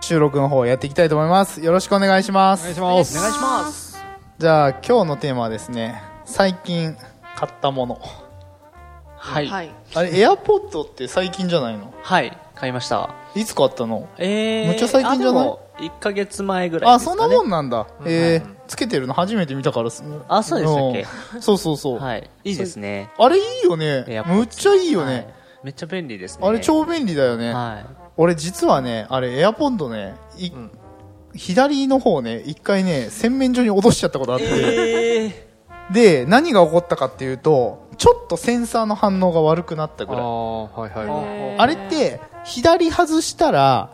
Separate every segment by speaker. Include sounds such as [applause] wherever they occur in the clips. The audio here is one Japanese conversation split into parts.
Speaker 1: 収録の方やっていきたいと思います。よろしくお願いします。
Speaker 2: お願いします
Speaker 1: じゃあ今日のテーマはですね、最近買ったもの。
Speaker 2: はいは、
Speaker 3: はいい。
Speaker 1: あれ、エアポッドって最近じゃないの
Speaker 2: 買いました
Speaker 1: いつ買ったの
Speaker 2: えー、
Speaker 1: むっちゃ最近じゃない
Speaker 2: あでも1か月前ぐらい
Speaker 1: あ、
Speaker 2: です
Speaker 1: そ
Speaker 2: か、
Speaker 1: ん
Speaker 2: ね、
Speaker 1: なもんなんだ。
Speaker 2: うん
Speaker 1: え
Speaker 2: う
Speaker 1: ー、つけてるの初めて見たからっす
Speaker 2: あそうでしたっけ
Speaker 1: うんそうそうそう。
Speaker 2: はいいいですね
Speaker 1: あれいいよね
Speaker 2: エア。ポッド
Speaker 1: むっちゃいいよ
Speaker 2: はい
Speaker 1: ね。
Speaker 2: めっちゃ便利ですね
Speaker 1: あれ超便利だよね。
Speaker 2: はい
Speaker 1: 俺実はね、あれエアポッドね、い左の方ね、一回ね、洗面所に落としちゃったことあって。
Speaker 2: え
Speaker 1: で、何が起こったかっていうと、ちょっとセンサーの反応が悪くなったぐ
Speaker 4: あ
Speaker 1: らい。
Speaker 4: あはいはい
Speaker 2: ー
Speaker 1: あれって、左外したら、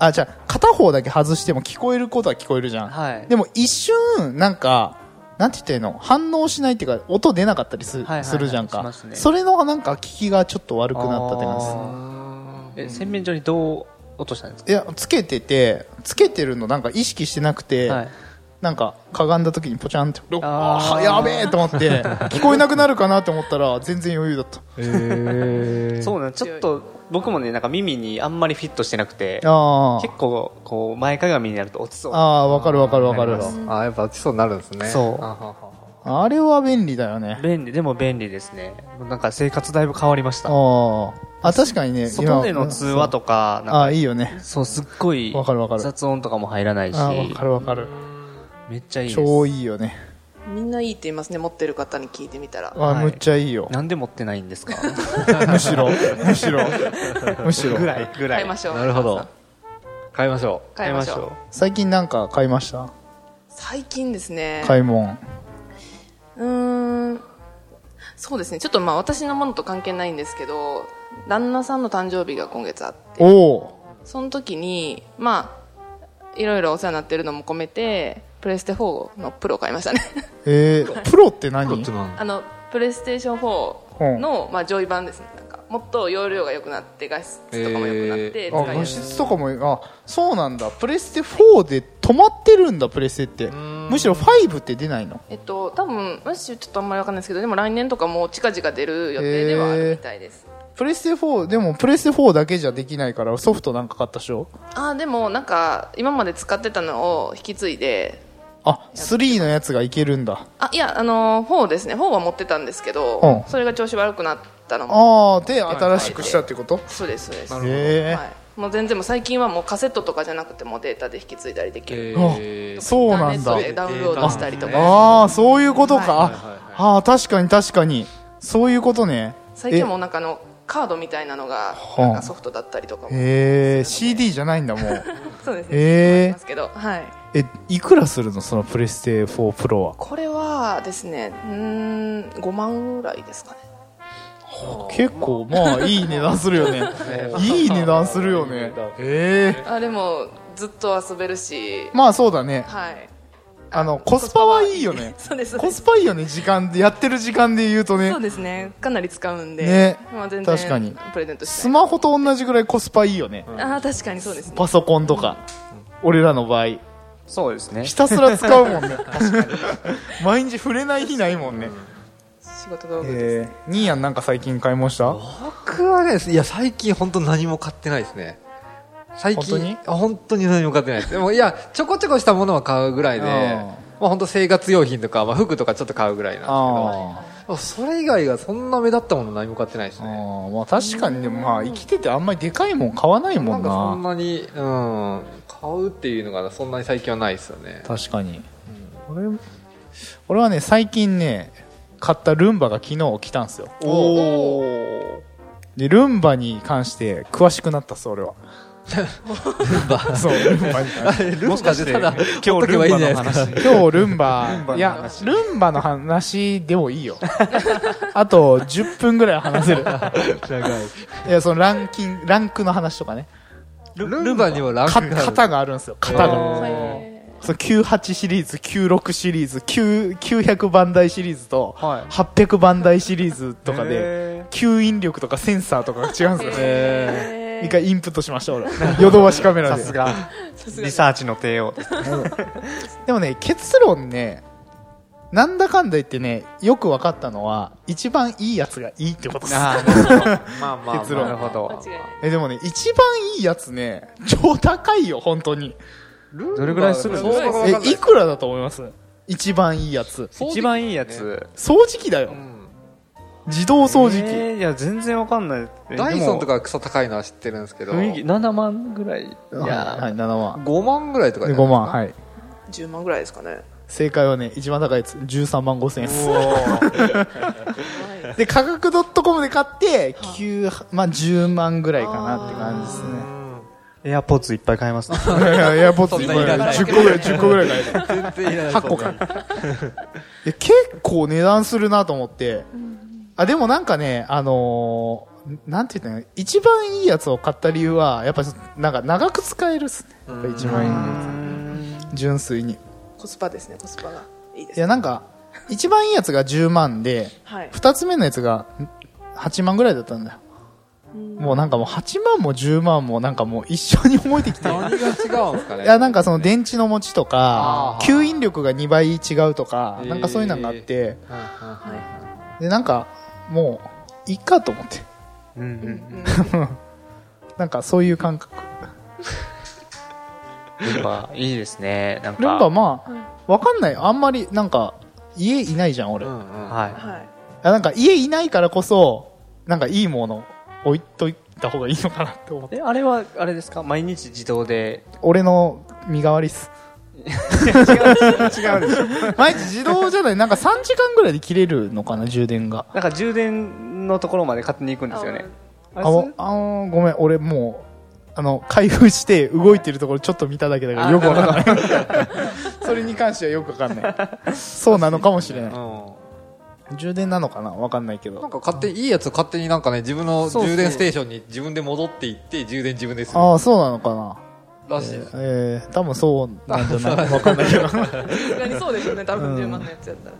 Speaker 1: あ、じゃあ、片方だけ外しても聞こえることは聞こえるじゃん。
Speaker 2: はい
Speaker 1: でも一瞬、なんか、なんて言ったらいいの反応しないっていうか、音出なかったりす,、
Speaker 2: いはいはい
Speaker 1: するじゃん
Speaker 2: し
Speaker 1: か
Speaker 2: ま。すね
Speaker 1: それのなんか、聞きがちょっと悪くなったって感じです。
Speaker 2: え洗面所にどう落としたんです
Speaker 1: いや、つけてて、つけてるのなんか意識してなくて、
Speaker 2: かはい
Speaker 1: なんか、かがんだ時にポチャンって、ロッ
Speaker 2: あー
Speaker 1: あーやべえと思って、聞こえなくなるかなと思ったら、全然余裕だった。
Speaker 4: え
Speaker 2: そうなんちょっと僕もねなんか耳にあんまりフィットしてなくて
Speaker 1: あ
Speaker 2: 結構こう前かがみになると落ちそ
Speaker 1: あ。
Speaker 2: うな
Speaker 1: ああー、わかるわかるわかる。
Speaker 4: ああやっぱ落ちそうになるんですね
Speaker 2: そう
Speaker 4: あははは
Speaker 1: あれは便利だよね。
Speaker 2: 便利でも便利ですねなんか生活だいぶ変わりました
Speaker 1: ああ。あ、確かにね、
Speaker 2: 外での通話とかなん
Speaker 1: あ
Speaker 2: か
Speaker 1: あー、いいよね。
Speaker 2: そうすっごい
Speaker 1: わかるわかる
Speaker 2: 雑音とかも入らないし
Speaker 1: ああ、わかるわかる。
Speaker 2: めっちゃいいです
Speaker 1: 超いいよね。
Speaker 3: みんないいって言いますね。持ってる方に聞いてみたら。
Speaker 1: あ
Speaker 2: は
Speaker 1: あ、
Speaker 2: い
Speaker 1: むっちゃ
Speaker 2: [laughs]
Speaker 1: いいよ。
Speaker 2: なんで持ってないんですか
Speaker 1: むし
Speaker 2: [laughs]
Speaker 1: ろ、むしろ、むしろ。
Speaker 2: ぐらいぐら
Speaker 3: 買い
Speaker 2: い
Speaker 3: ましょう。
Speaker 4: なるほど買いましょう
Speaker 3: 買いましょう。
Speaker 1: 最近なんか買いました
Speaker 3: 最近ですね。
Speaker 1: 買い物。
Speaker 3: うーん。そうですね。ちょっとまあ私のものと関係ないんですけど、旦那さんの誕生日が今月あって、
Speaker 1: おお
Speaker 3: その時に、まあ、いろいろお世話になってるのも込めて、プレステ4のプロを買いましたね。 [laughs]
Speaker 1: えー、プロって
Speaker 4: プロ
Speaker 1: 何
Speaker 4: ってなんだ
Speaker 3: あの、プレイステーション4の、まあ上位版ですね。なんかもっと容量が良くなって、画質とかも良くなって、
Speaker 4: え
Speaker 1: あ、
Speaker 3: 使いや
Speaker 1: 物
Speaker 3: すい
Speaker 1: 質とかも、あ、そうなんだ。プレステ4で止まってるんだ、プレステって。むしろ5って出ないの。
Speaker 3: えっと、多分もしちょっとあんまりわかんないですけどでも来年とかも近々出る予定ではあるみたいです、
Speaker 1: プレステ4、でもプレステ4だけじゃできないから、ソフトなんか買ったでしょ
Speaker 3: あーでもなんか今まで使ってたのを引き継いで
Speaker 1: あ、3のやつがいけるんだ。
Speaker 3: あいやあのー、4ですね4は持ってたんですけど、
Speaker 1: うん
Speaker 3: それが調子悪くなったのも
Speaker 1: ああ、で、新しくしたってこと
Speaker 3: そうですそうです、
Speaker 4: な
Speaker 3: は
Speaker 4: る
Speaker 1: へ
Speaker 3: い、もう全然もう最近はもうカセットとかじゃなくてもうデータで引き継いだりできる、
Speaker 4: え
Speaker 1: え
Speaker 4: ー
Speaker 1: そうなんだ
Speaker 3: インターネット。でダウンロードしたりとか、
Speaker 1: ああ、そういうことか。
Speaker 4: いはいはい
Speaker 1: ああ、確かに確かに。そういうことね。
Speaker 3: 最近はもうなんかあのカードみたいなのが
Speaker 1: あ
Speaker 3: なんかソフトだったりとかも
Speaker 1: ええー、CD じゃないんだもう。
Speaker 3: そうですね、
Speaker 1: へー
Speaker 3: ますけどはい
Speaker 1: え、いくらするのそのプレステ4プロは。
Speaker 3: これはですねうーん5万ぐらいですかね
Speaker 1: 結構、まあ、いい値段するよね。いい値段するよね。ええ
Speaker 3: あでもずっと遊べるし
Speaker 1: ー。まあ、そうだね。
Speaker 3: はい
Speaker 1: あの、コスパはいいよね。
Speaker 3: [laughs] そうですそう
Speaker 1: コ
Speaker 3: で
Speaker 1: ス
Speaker 3: す
Speaker 1: パいいよね、時間で。やってる時間で言うとね
Speaker 3: そう。ですねかなり使うんで、
Speaker 1: ね
Speaker 3: まあ、全然
Speaker 1: 確かに
Speaker 3: プレゼントし
Speaker 1: ス
Speaker 3: て
Speaker 1: マホと同じぐらいコスパいいよね。
Speaker 3: あー確かにそうですね
Speaker 1: パソコンとか。俺らの場合。
Speaker 2: そうですね
Speaker 1: ひたすら使う [laughs] もんね毎日触れない日ないもんね、
Speaker 3: 仕事道具です、
Speaker 1: えー、ニーヤンなんか最近買い物した
Speaker 4: 僕はねいや最近本当何も買ってないですね最近
Speaker 1: 本当に
Speaker 4: あ本当に何も買ってないですでもいやちょこちょこしたものは買うぐらいで
Speaker 1: あー
Speaker 4: まあ本当生活用品とか、まあ、服とかちょっと買うぐらいなんですけど
Speaker 1: あ
Speaker 4: あそれ以外がそんな目立ったもの何も買ってないです
Speaker 1: あ
Speaker 4: ね
Speaker 1: ーまあ確かにでもまあ生きててあんまりでかいもん買わないも
Speaker 4: なん
Speaker 1: ん
Speaker 4: かそん
Speaker 1: な
Speaker 4: なに、うん、買うっていうのがそんなに最近はないですよね。
Speaker 1: 確かに、俺俺はね最近ね買ったルンバが昨日来たんですよ
Speaker 3: お
Speaker 1: おでルンバに関して詳しくなったっす俺はルンバ [laughs] そうルンバに関
Speaker 4: [laughs]
Speaker 1: して
Speaker 4: ルンバでただ、
Speaker 2: 今
Speaker 4: ほっとけばいいんじゃないですか。
Speaker 1: 今日ルンバ、いや、ルンバの話でもいいよ。 [laughs] あと、10分ぐらいは話せる。いや、そのランキング、ランクの話とかね。
Speaker 4: ルンバにもランク
Speaker 1: か
Speaker 4: がある。
Speaker 1: 型があるんですよ型が
Speaker 4: あー
Speaker 3: へ
Speaker 1: そう98シリーズ96シリーズ9 900番台シリーズと800番台シリーズとかで
Speaker 2: で。
Speaker 1: 吸引力とかセンサーとかが違うんですよ
Speaker 3: え
Speaker 1: 一回インプットしました俺ヨドバシカメラ
Speaker 2: さ
Speaker 1: です
Speaker 2: が、
Speaker 3: さすが
Speaker 2: リサーチの帝王です。
Speaker 1: でもね結論ねなんだかんだ言ってねよく分かったのは一番いいやつがいいってことです
Speaker 2: あーまあまあまあ、
Speaker 1: 結論
Speaker 2: なるほ
Speaker 3: 間
Speaker 2: ど
Speaker 3: 違。いない
Speaker 1: えでもね一番いいやつね超高いよ本当に
Speaker 2: どれぐらいするんです
Speaker 4: そう
Speaker 2: か
Speaker 4: わかんない
Speaker 1: えいくらだと思います一番いいやつ
Speaker 2: 一番いいやつ。
Speaker 1: 掃除機だよ
Speaker 4: うん
Speaker 1: 自動掃除機、
Speaker 2: えーいや、全然わかんない。え
Speaker 4: ダイソンと。
Speaker 2: で
Speaker 4: か草高いのは知ってるんですけ
Speaker 2: も
Speaker 4: ど、
Speaker 2: 雰囲気、
Speaker 4: 5
Speaker 2: 7万ぐらい。い
Speaker 1: はい、はい、
Speaker 2: や
Speaker 1: 7万
Speaker 4: 万ぐらいとかじゃない
Speaker 1: 5万はい
Speaker 3: 10万ぐらいですかね
Speaker 1: 正解はね一番高いやつ13万5千円で
Speaker 2: ー。
Speaker 1: す
Speaker 2: おー
Speaker 1: で価格 .com で買って9、まあ、10万ぐらいかなって感じですね
Speaker 2: エアポッツいっぱい買えますね。
Speaker 1: いやエアポッ
Speaker 4: そ
Speaker 1: ツ
Speaker 4: ん
Speaker 1: いっぱ
Speaker 4: なにい
Speaker 1: い
Speaker 4: らない
Speaker 1: 10個ぐらい10個ぐらい買えた
Speaker 4: ですか。全然いらない。
Speaker 1: 8個かいや結構値段するなと思って、あでもなんかねあのーなんて言ったの一番いいやつを買った理由はやっぱなんか長く使えるっすねやっぱ一番いいやつ純粋にい
Speaker 3: コスパですねコスパがいいです
Speaker 1: やなんか一番いいやつが10万で
Speaker 3: はい
Speaker 1: 2つ目のやつが8万ぐらいだったんだよもうなんかもう8万も10万もなんかもう一緒に思え
Speaker 4: [laughs]
Speaker 1: てきて
Speaker 4: 何が違うんですかね。
Speaker 1: いやなんかその電池の持ちとか
Speaker 4: あー
Speaker 1: 吸引力が2倍違うとか
Speaker 4: えー
Speaker 1: なんかそういうのがあって
Speaker 4: うんうんうん
Speaker 1: でなんかもういいかと思って
Speaker 2: うんうん。
Speaker 1: なんかそういう感覚
Speaker 2: ルンバ、いいですね。なんか。
Speaker 1: ルンバまあわかんないあんまりなんか家いないじゃん俺
Speaker 4: う
Speaker 1: あ
Speaker 4: んうん
Speaker 2: はい。
Speaker 3: はい
Speaker 1: なんか家いないからこそなんかいいもの置いといた方がいいのかなって思って
Speaker 2: え、あれは、あれですか毎日自動で。
Speaker 1: 俺の身代わりっす
Speaker 2: 違うでしょ。
Speaker 1: [laughs] 毎日自動じゃないなんか3時間ぐらいで切れるのかな充電が
Speaker 2: [laughs] なんか充電のところまで勝手に行くんですよね。あれ
Speaker 1: あおあのごめん俺もうあの開封して動いてるところちょっと見ただけだからよくわかんない [laughs] それに関してはよくわかんないそうなのかもしれない
Speaker 4: うん
Speaker 1: 充電なのかなわかんないけ
Speaker 4: なん
Speaker 1: ど
Speaker 4: か勝手にいいやつを勝手になんかね自分の
Speaker 2: そうっすね
Speaker 4: 充電ステーションに自分で戻っていって充電自分でする
Speaker 1: ああそうなのかな
Speaker 4: らしいです
Speaker 1: えー、多分 [laughs] そうなんじゃないわかんないけど
Speaker 3: さすがにそうでしょうね多
Speaker 1: う
Speaker 3: 分
Speaker 1: ん
Speaker 3: 10万のやつやったら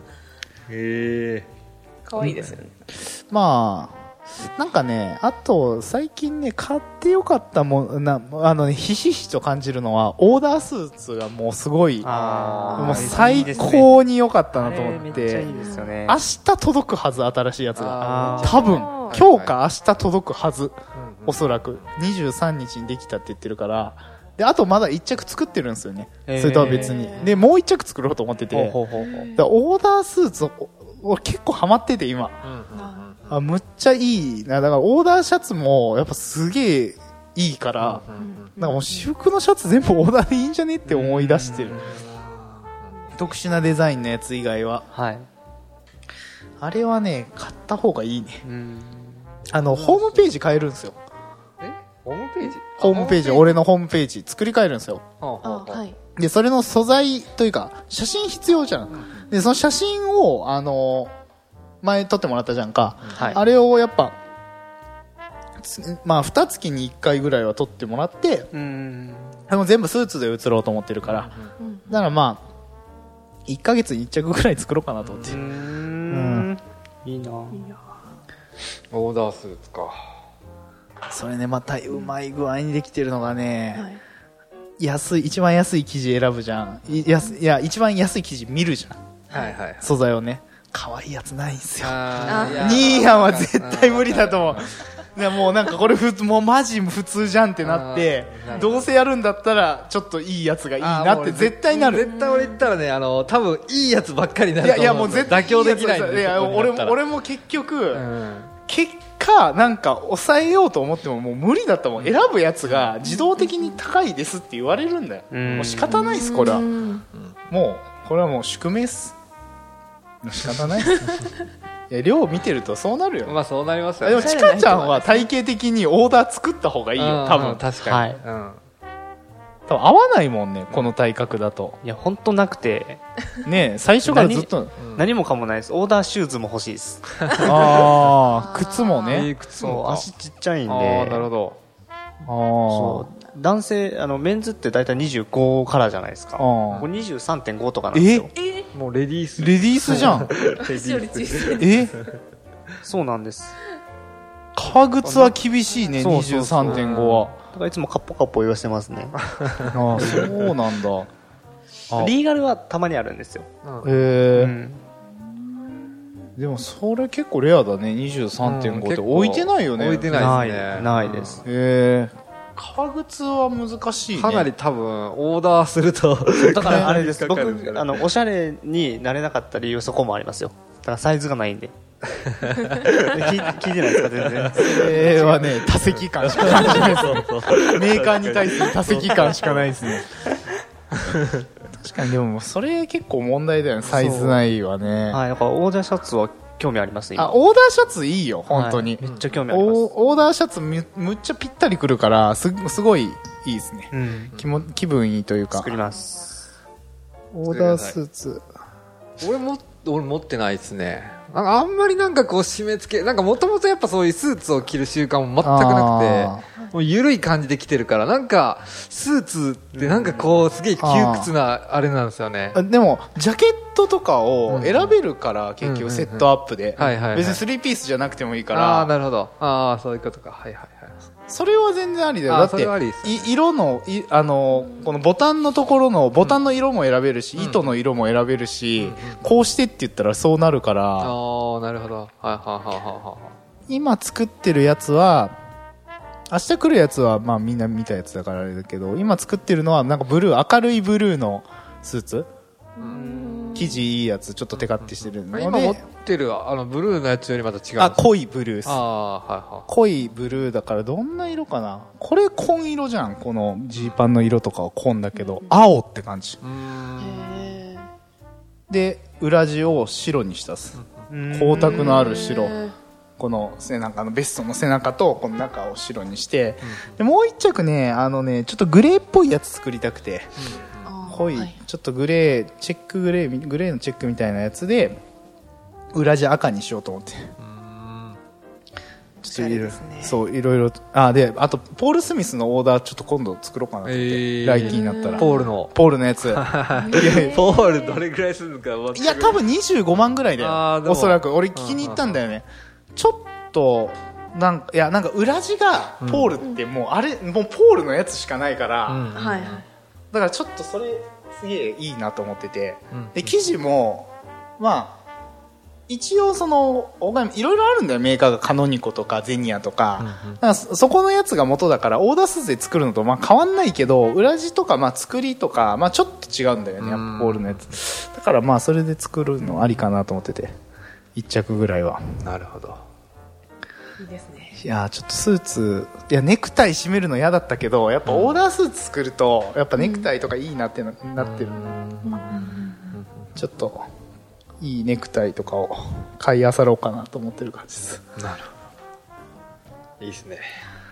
Speaker 4: へ
Speaker 3: 可愛いですよね
Speaker 1: まあなんかねあと最近ね買ってよかったもんなあのねひしひしと感じるのはオーダースーツがもうすごい
Speaker 2: あー
Speaker 1: もう
Speaker 2: いい
Speaker 1: 最
Speaker 2: ですね
Speaker 1: 高に良かったなと
Speaker 2: あれ
Speaker 1: 思
Speaker 2: め
Speaker 1: っ
Speaker 2: っちゃ
Speaker 1: て
Speaker 2: いいですよね。
Speaker 1: 明日届くはず新しいやつが
Speaker 4: あ
Speaker 2: あ
Speaker 1: 多分
Speaker 3: あー
Speaker 1: 今日か明日届くはず
Speaker 4: ーうん
Speaker 1: おそらく23日にできたって言ってるからであとまだ1着作ってるんですよねそ
Speaker 2: へー
Speaker 1: れとは別にでもう1着作ろうと思ってて
Speaker 2: ほう
Speaker 1: だか
Speaker 2: ほうほうほう
Speaker 1: らオーダースーツをお結構ハマってて今
Speaker 4: うんうん
Speaker 1: あむっちゃいいなだからオーダーシャツもやっぱすげえいいから
Speaker 4: うんうん
Speaker 1: なんかもう私服のシャツ全部オーダーでいいんじゃねって思い出してる特殊なデザインのやつ以外は
Speaker 2: はい。
Speaker 1: あれはね買った方がいいね
Speaker 2: うん。
Speaker 1: あのホームページ変えるんですよ
Speaker 4: えホームページ
Speaker 1: ホームページ、俺のホームページ作り変えるんですよ。
Speaker 4: あはあはあ
Speaker 3: はい
Speaker 1: で、それの素材というか、写真必要じゃん。で、その写真を、あのー前撮ってもらったじゃんか。
Speaker 2: はい。
Speaker 1: あれをやっぱ、つまあ、二月に一回ぐらいは撮ってもらって、
Speaker 2: うん。
Speaker 1: でも全部スーツで写ろうと思ってるから。
Speaker 3: うん
Speaker 1: だからまあ、一ヶ月に一着ぐらい作ろうかなと思って
Speaker 2: う。ん。いいなぁ
Speaker 4: オーダースーツか
Speaker 1: それね、またうまい具合にできてるのがね、
Speaker 3: はい
Speaker 1: 安い、一番安い生地選ぶじゃん。い安いいや、一番安い生地見るじゃん。
Speaker 4: はいはい
Speaker 1: 素材をね可愛いやつないんすよ
Speaker 4: あーいや
Speaker 1: ニーヤンは絶対無理だと思うねもうなんかこれふつもうマジ普通じゃんってなって
Speaker 4: あー
Speaker 1: どうせやるんだったらちょっといいやつがいい
Speaker 4: あー
Speaker 1: な
Speaker 4: も
Speaker 1: っ
Speaker 4: う
Speaker 1: て
Speaker 4: 俺
Speaker 1: 絶対なる
Speaker 4: 絶対俺言ったらねあの多分いいやつばっかりにないる
Speaker 1: やい
Speaker 4: と
Speaker 1: や
Speaker 4: 思
Speaker 1: も
Speaker 4: う
Speaker 1: うん
Speaker 4: ですよ
Speaker 1: 絶対
Speaker 4: 妥協できないん
Speaker 1: い
Speaker 4: で
Speaker 1: や俺も俺
Speaker 4: も
Speaker 1: も結局結果なんか抑えようと思ってももう無理だったもん選ぶやつが自動的に高いですって言われるんだよ
Speaker 2: うん
Speaker 1: もう仕方ないっすこれは
Speaker 3: うん
Speaker 1: もうこれはもう宿命っす仕方ないっ
Speaker 2: [laughs]
Speaker 1: すいや量見てるとそうなるよ
Speaker 4: まあそうなります
Speaker 1: あで
Speaker 4: よ
Speaker 1: も
Speaker 4: ね
Speaker 1: チカちゃんは体型的にオーダー作った方がいい
Speaker 4: うんう
Speaker 1: よ
Speaker 4: ん
Speaker 1: 多分
Speaker 4: 確
Speaker 2: は
Speaker 4: か
Speaker 2: い
Speaker 4: にうん
Speaker 1: 多分合わないもんねこの体格だと
Speaker 2: いや、ほんとなくて、
Speaker 1: ねえ最初からずっと
Speaker 4: うん
Speaker 2: 何もかもないです。オーダーシューズも欲しいです。
Speaker 1: ああ靴もね
Speaker 4: えー靴
Speaker 2: そう、
Speaker 4: も
Speaker 2: 足ちっちゃいんで。
Speaker 4: ああーなるほど
Speaker 1: ああ
Speaker 2: そう。男性、あの、メンズって大体25からじゃないですか。
Speaker 1: ん
Speaker 2: ここ23.5とかなんですよ。
Speaker 3: え
Speaker 4: もうレディース。
Speaker 1: レディースじゃん。
Speaker 3: 私より小さい。
Speaker 1: え
Speaker 2: そうなんです。
Speaker 1: 革靴は厳しいね、
Speaker 2: そうそうそう
Speaker 1: 23.5は。
Speaker 2: だからいつもカッポカッポ言わせてますね。
Speaker 1: ああ、そうなんだ。あ
Speaker 2: リーガルはたまにあるんですよ。
Speaker 4: う
Speaker 1: へ
Speaker 2: う
Speaker 4: ん
Speaker 1: [laughs] え。
Speaker 2: ん。
Speaker 1: でもそれ結構レアだね、
Speaker 4: うん
Speaker 1: 23.5っ
Speaker 4: 結
Speaker 1: て。
Speaker 4: 構
Speaker 1: 置いてないよね。
Speaker 4: 置いて
Speaker 1: い。
Speaker 4: な
Speaker 2: ないい
Speaker 4: ですね。
Speaker 2: ないです。
Speaker 1: へえ。革靴は難しいね。
Speaker 4: かなり多分、オーダーすると。
Speaker 2: だからあれです。
Speaker 4: かか
Speaker 2: 僕
Speaker 4: るんですか、ね
Speaker 2: あの、おしゃれになれなかった理由、そこもありますよ。だからサイズがないんで。聞い聞いてないですか、全然。
Speaker 1: それはね、多席感しかないですね。メーカーに対する多席感しかないですね。 [laughs] 確かに、でも、それ結構問題だよね。サイズないはね。
Speaker 2: はい、だからオーダーシャツは興味あります、今。
Speaker 1: あ、オーダーシャツいいよ、本当に。
Speaker 2: はいめっちゃ興味あります。
Speaker 1: おオーダーシャツむむっちゃぴったりくるから、す、すごいいいですね。
Speaker 2: うん。
Speaker 1: 気も、気分いいというか
Speaker 2: 作。ります。
Speaker 1: オーダースーツ。
Speaker 4: 俺も、俺持ってないですね。なんかあんまりなんかこう締め付け、なんかもともとやっぱそういうスーツを着る習慣も全くなくて、もう緩い感じで着てるから、なんかスーツってなんかこうすげえ窮屈なあれなんですよね。
Speaker 1: あでも、ジャケットとかを選べるから、結
Speaker 4: うんうんう
Speaker 1: 局
Speaker 4: ん
Speaker 1: セットアップで
Speaker 4: はいはいは。い
Speaker 1: 別にスリーピースじゃなくてもいいか
Speaker 4: ああー、
Speaker 1: ら、
Speaker 4: なるほど。ああ、そういうことか。はいはいはい。
Speaker 1: それは全然ありだよ。
Speaker 4: あ
Speaker 1: だ
Speaker 4: ー
Speaker 1: っ
Speaker 4: そ
Speaker 1: て
Speaker 4: れはありです、ね
Speaker 1: い色の、いあの、このボタンのところの、ボタンの色も選べるし、糸の色も選べるし、こうしてって言ったらそうなるから、
Speaker 4: ああ、なるほど。はいはいはいはいはい。
Speaker 1: 今作ってるやつは、明日来るやつは、まあみんな見たやつだからあれだけど、今作ってるのはなんかブルー、明るいブルーのスーツ生地いいやつ、ちょっとテカってしてるので、
Speaker 4: 今持ってるあのブルーのやつよりまた違う
Speaker 1: あ、濃いブルーっす
Speaker 4: ああはいは
Speaker 1: 濃いブルーだからどんな色かなこれ紺色じゃんこのジーパンの色とかは紺だけど青って感じ
Speaker 4: いうーん
Speaker 3: え
Speaker 1: で裏地を白にしたっす光沢のある白この背中のベストの背中とこの中を白にしてでもう一着ねあのねちょっとグレーっぽいやつ作りたくて
Speaker 3: ー
Speaker 1: 濃い
Speaker 3: はい
Speaker 1: ちょっとグレーチェックグレーみグレーのチェックみたいなやつで裏地赤にしようと思ってちょっといろいろ
Speaker 3: おしゃれですね
Speaker 1: そういろいろあであとポール・スミスのオーダーちょっと今度作ろうかなと思って、
Speaker 4: えー
Speaker 1: 来季になったら
Speaker 4: ポールの
Speaker 1: ポールのやついやいや
Speaker 4: ポールどれぐらいするのか
Speaker 1: いや多分25万ぐらいだ
Speaker 4: あーで
Speaker 1: よお
Speaker 4: も
Speaker 1: そらく俺聞きに行ったんだよねちょっとなんかいやなんか裏地がポールってもう、あれもうポールのやつしかないから、
Speaker 3: はいはい。
Speaker 1: だからちょっとそれすげえいいなと思ってて、
Speaker 4: うん
Speaker 1: で生地もまあ一応そのオーガニいろいろあるんだよメーカーがカノニコとかゼニアとか,、
Speaker 4: うんうん
Speaker 1: そそこのやつが元だからオーダースーツで作るのとまあ変わんないけど裏地とかまあ作りとか、まあ、ちょっと違うんだよねやっ
Speaker 4: うん
Speaker 1: ぱボールのやつだからまあそれで作るのありかなと思ってて1着ぐらいは
Speaker 4: なるほど
Speaker 3: いいですね。
Speaker 1: いやーちょっとスーツいやネクタイ締めるの嫌だったけどやっぱオーダースーツ作るとやっぱネクタイとかいいなってな,、なってるちょっといいネクタイとかを買い漁ろうかなと思ってる感じです
Speaker 4: なるほどいいですね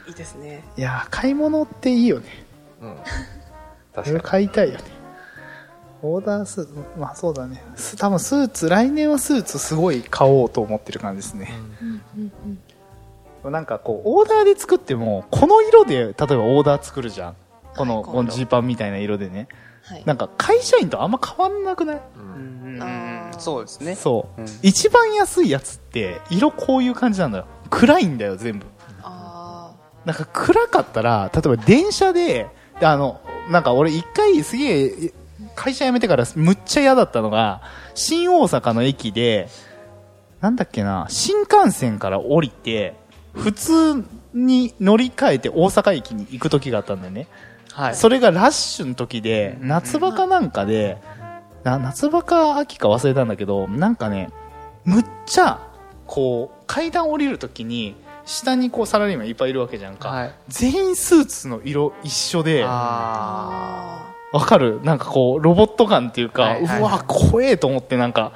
Speaker 3: いいですね。
Speaker 1: いやー買い物っていいよね
Speaker 4: うん
Speaker 1: い
Speaker 4: 確
Speaker 1: ろいろ
Speaker 4: か
Speaker 1: 買いたいよねオーダースーツまあそうだねす多分スーツ来年はスーツすごい買おうと思ってる感じですね、なんかこうオーダーで作ってもこの色で例えばオーダー作るじゃんこの
Speaker 3: はい
Speaker 1: このジーパンみたいな色でね
Speaker 3: はい。
Speaker 1: なんか会社員とあんま変わんなくない、
Speaker 3: あー
Speaker 2: そうですね。
Speaker 1: そう、
Speaker 2: うん
Speaker 1: 一番安いやつって色こういう感じなんだよ暗いんだよ全部
Speaker 3: あ
Speaker 1: なんか暗かったら例えば電車でであのなんか俺一回すげえ会社辞めてからむっちゃ嫌だったのが新大阪の駅でなんだっけな新幹線から降りて普通に乗り換えて大阪駅に行く時があったんだよね、
Speaker 2: はい。
Speaker 1: それがラッシュの時で夏場かなんかで、な夏場か秋か忘れたんだけどなんかねむっちゃこう階段降りる時に下にこうサラリーマンいっぱいいるわけじゃんか、
Speaker 4: はい
Speaker 1: 全員スーツの色一緒でわ
Speaker 4: あ
Speaker 3: あ
Speaker 1: かるなんかこうロボット感っていうか、
Speaker 4: はいはいはいう
Speaker 1: わ怖えと思ってなん
Speaker 4: [laughs]
Speaker 1: か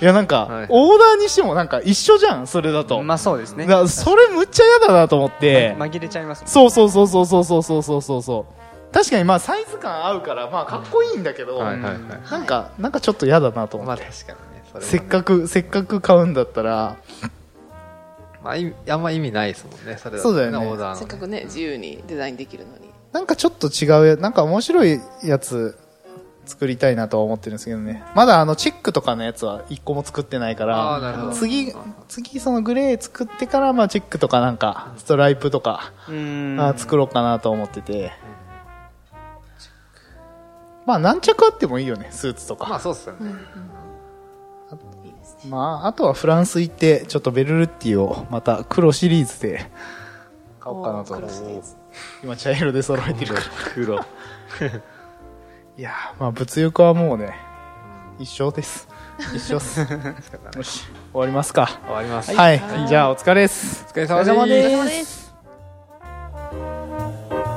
Speaker 1: いやなんか、
Speaker 4: はい
Speaker 1: オーダーにしてもなんか一緒じゃんそれだと、
Speaker 2: まあそうですね。
Speaker 1: だからそれむっちゃ嫌だなと思って、
Speaker 2: 紛れちゃいますもん
Speaker 1: そうそうそうそうそうそうそうそうそう確かにまあサイズ感合うからまあかっこいいんだけど、
Speaker 4: あはいはいはい
Speaker 1: なんかなんかちょっと嫌だなと思
Speaker 4: ま
Speaker 1: っ
Speaker 4: あ
Speaker 1: て、
Speaker 4: 確かにねそれはね
Speaker 1: せっかくせっかく買うんだったら
Speaker 4: まあ、いあんま意味ないですもんね、それと
Speaker 1: そうだよね
Speaker 4: オーダー
Speaker 3: せっ
Speaker 4: の
Speaker 3: かくね自由にデザインできるのに
Speaker 1: なんかちょっと違うや、なんか面白いやつ作りたいなとは思ってるんですけどね。まだあのチェックとかのやつは一個も作ってないか
Speaker 4: あーなるほ
Speaker 1: ら、
Speaker 4: ど
Speaker 1: 次、次そのグレー作ってから、まあチェックとかなんか、ストライプとか、
Speaker 2: うん
Speaker 1: あー作ろうかなと思ってて。まあ何着あってもいいよね、スーツと
Speaker 4: まあ
Speaker 1: か。
Speaker 4: そうっすよね。
Speaker 3: いいですね
Speaker 1: まあ、あとはフランス行って、ちょっとベルルッティをまた黒シリーズで買おうかなと
Speaker 3: おー黒シリーズ。
Speaker 1: 今茶色で揃えてるから。
Speaker 2: 黒。
Speaker 1: [laughs] いやーまあ物欲はもうね、一生 [laughs] です。一生っす。よし、終わりますか。
Speaker 4: 終わります。
Speaker 1: はい、じゃあお疲れです。
Speaker 4: お疲れ様です。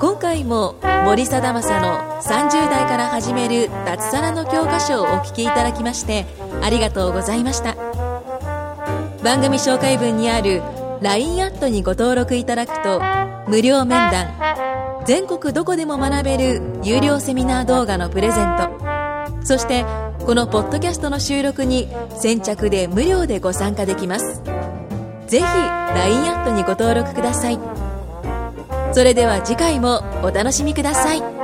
Speaker 5: 今回も森貞正の30代から始める脱サラの教科書をお聞きいただきましてありがとうございました番組紹介文にある LINE アットにご登録いただくと無料面談全国どこでも学べる有料セミナー動画のプレゼントそしてこのポッドキャストの収録に先着で無料でご参加できますぜひ LINE アットにご登録くださいそれでは次回もお楽しみください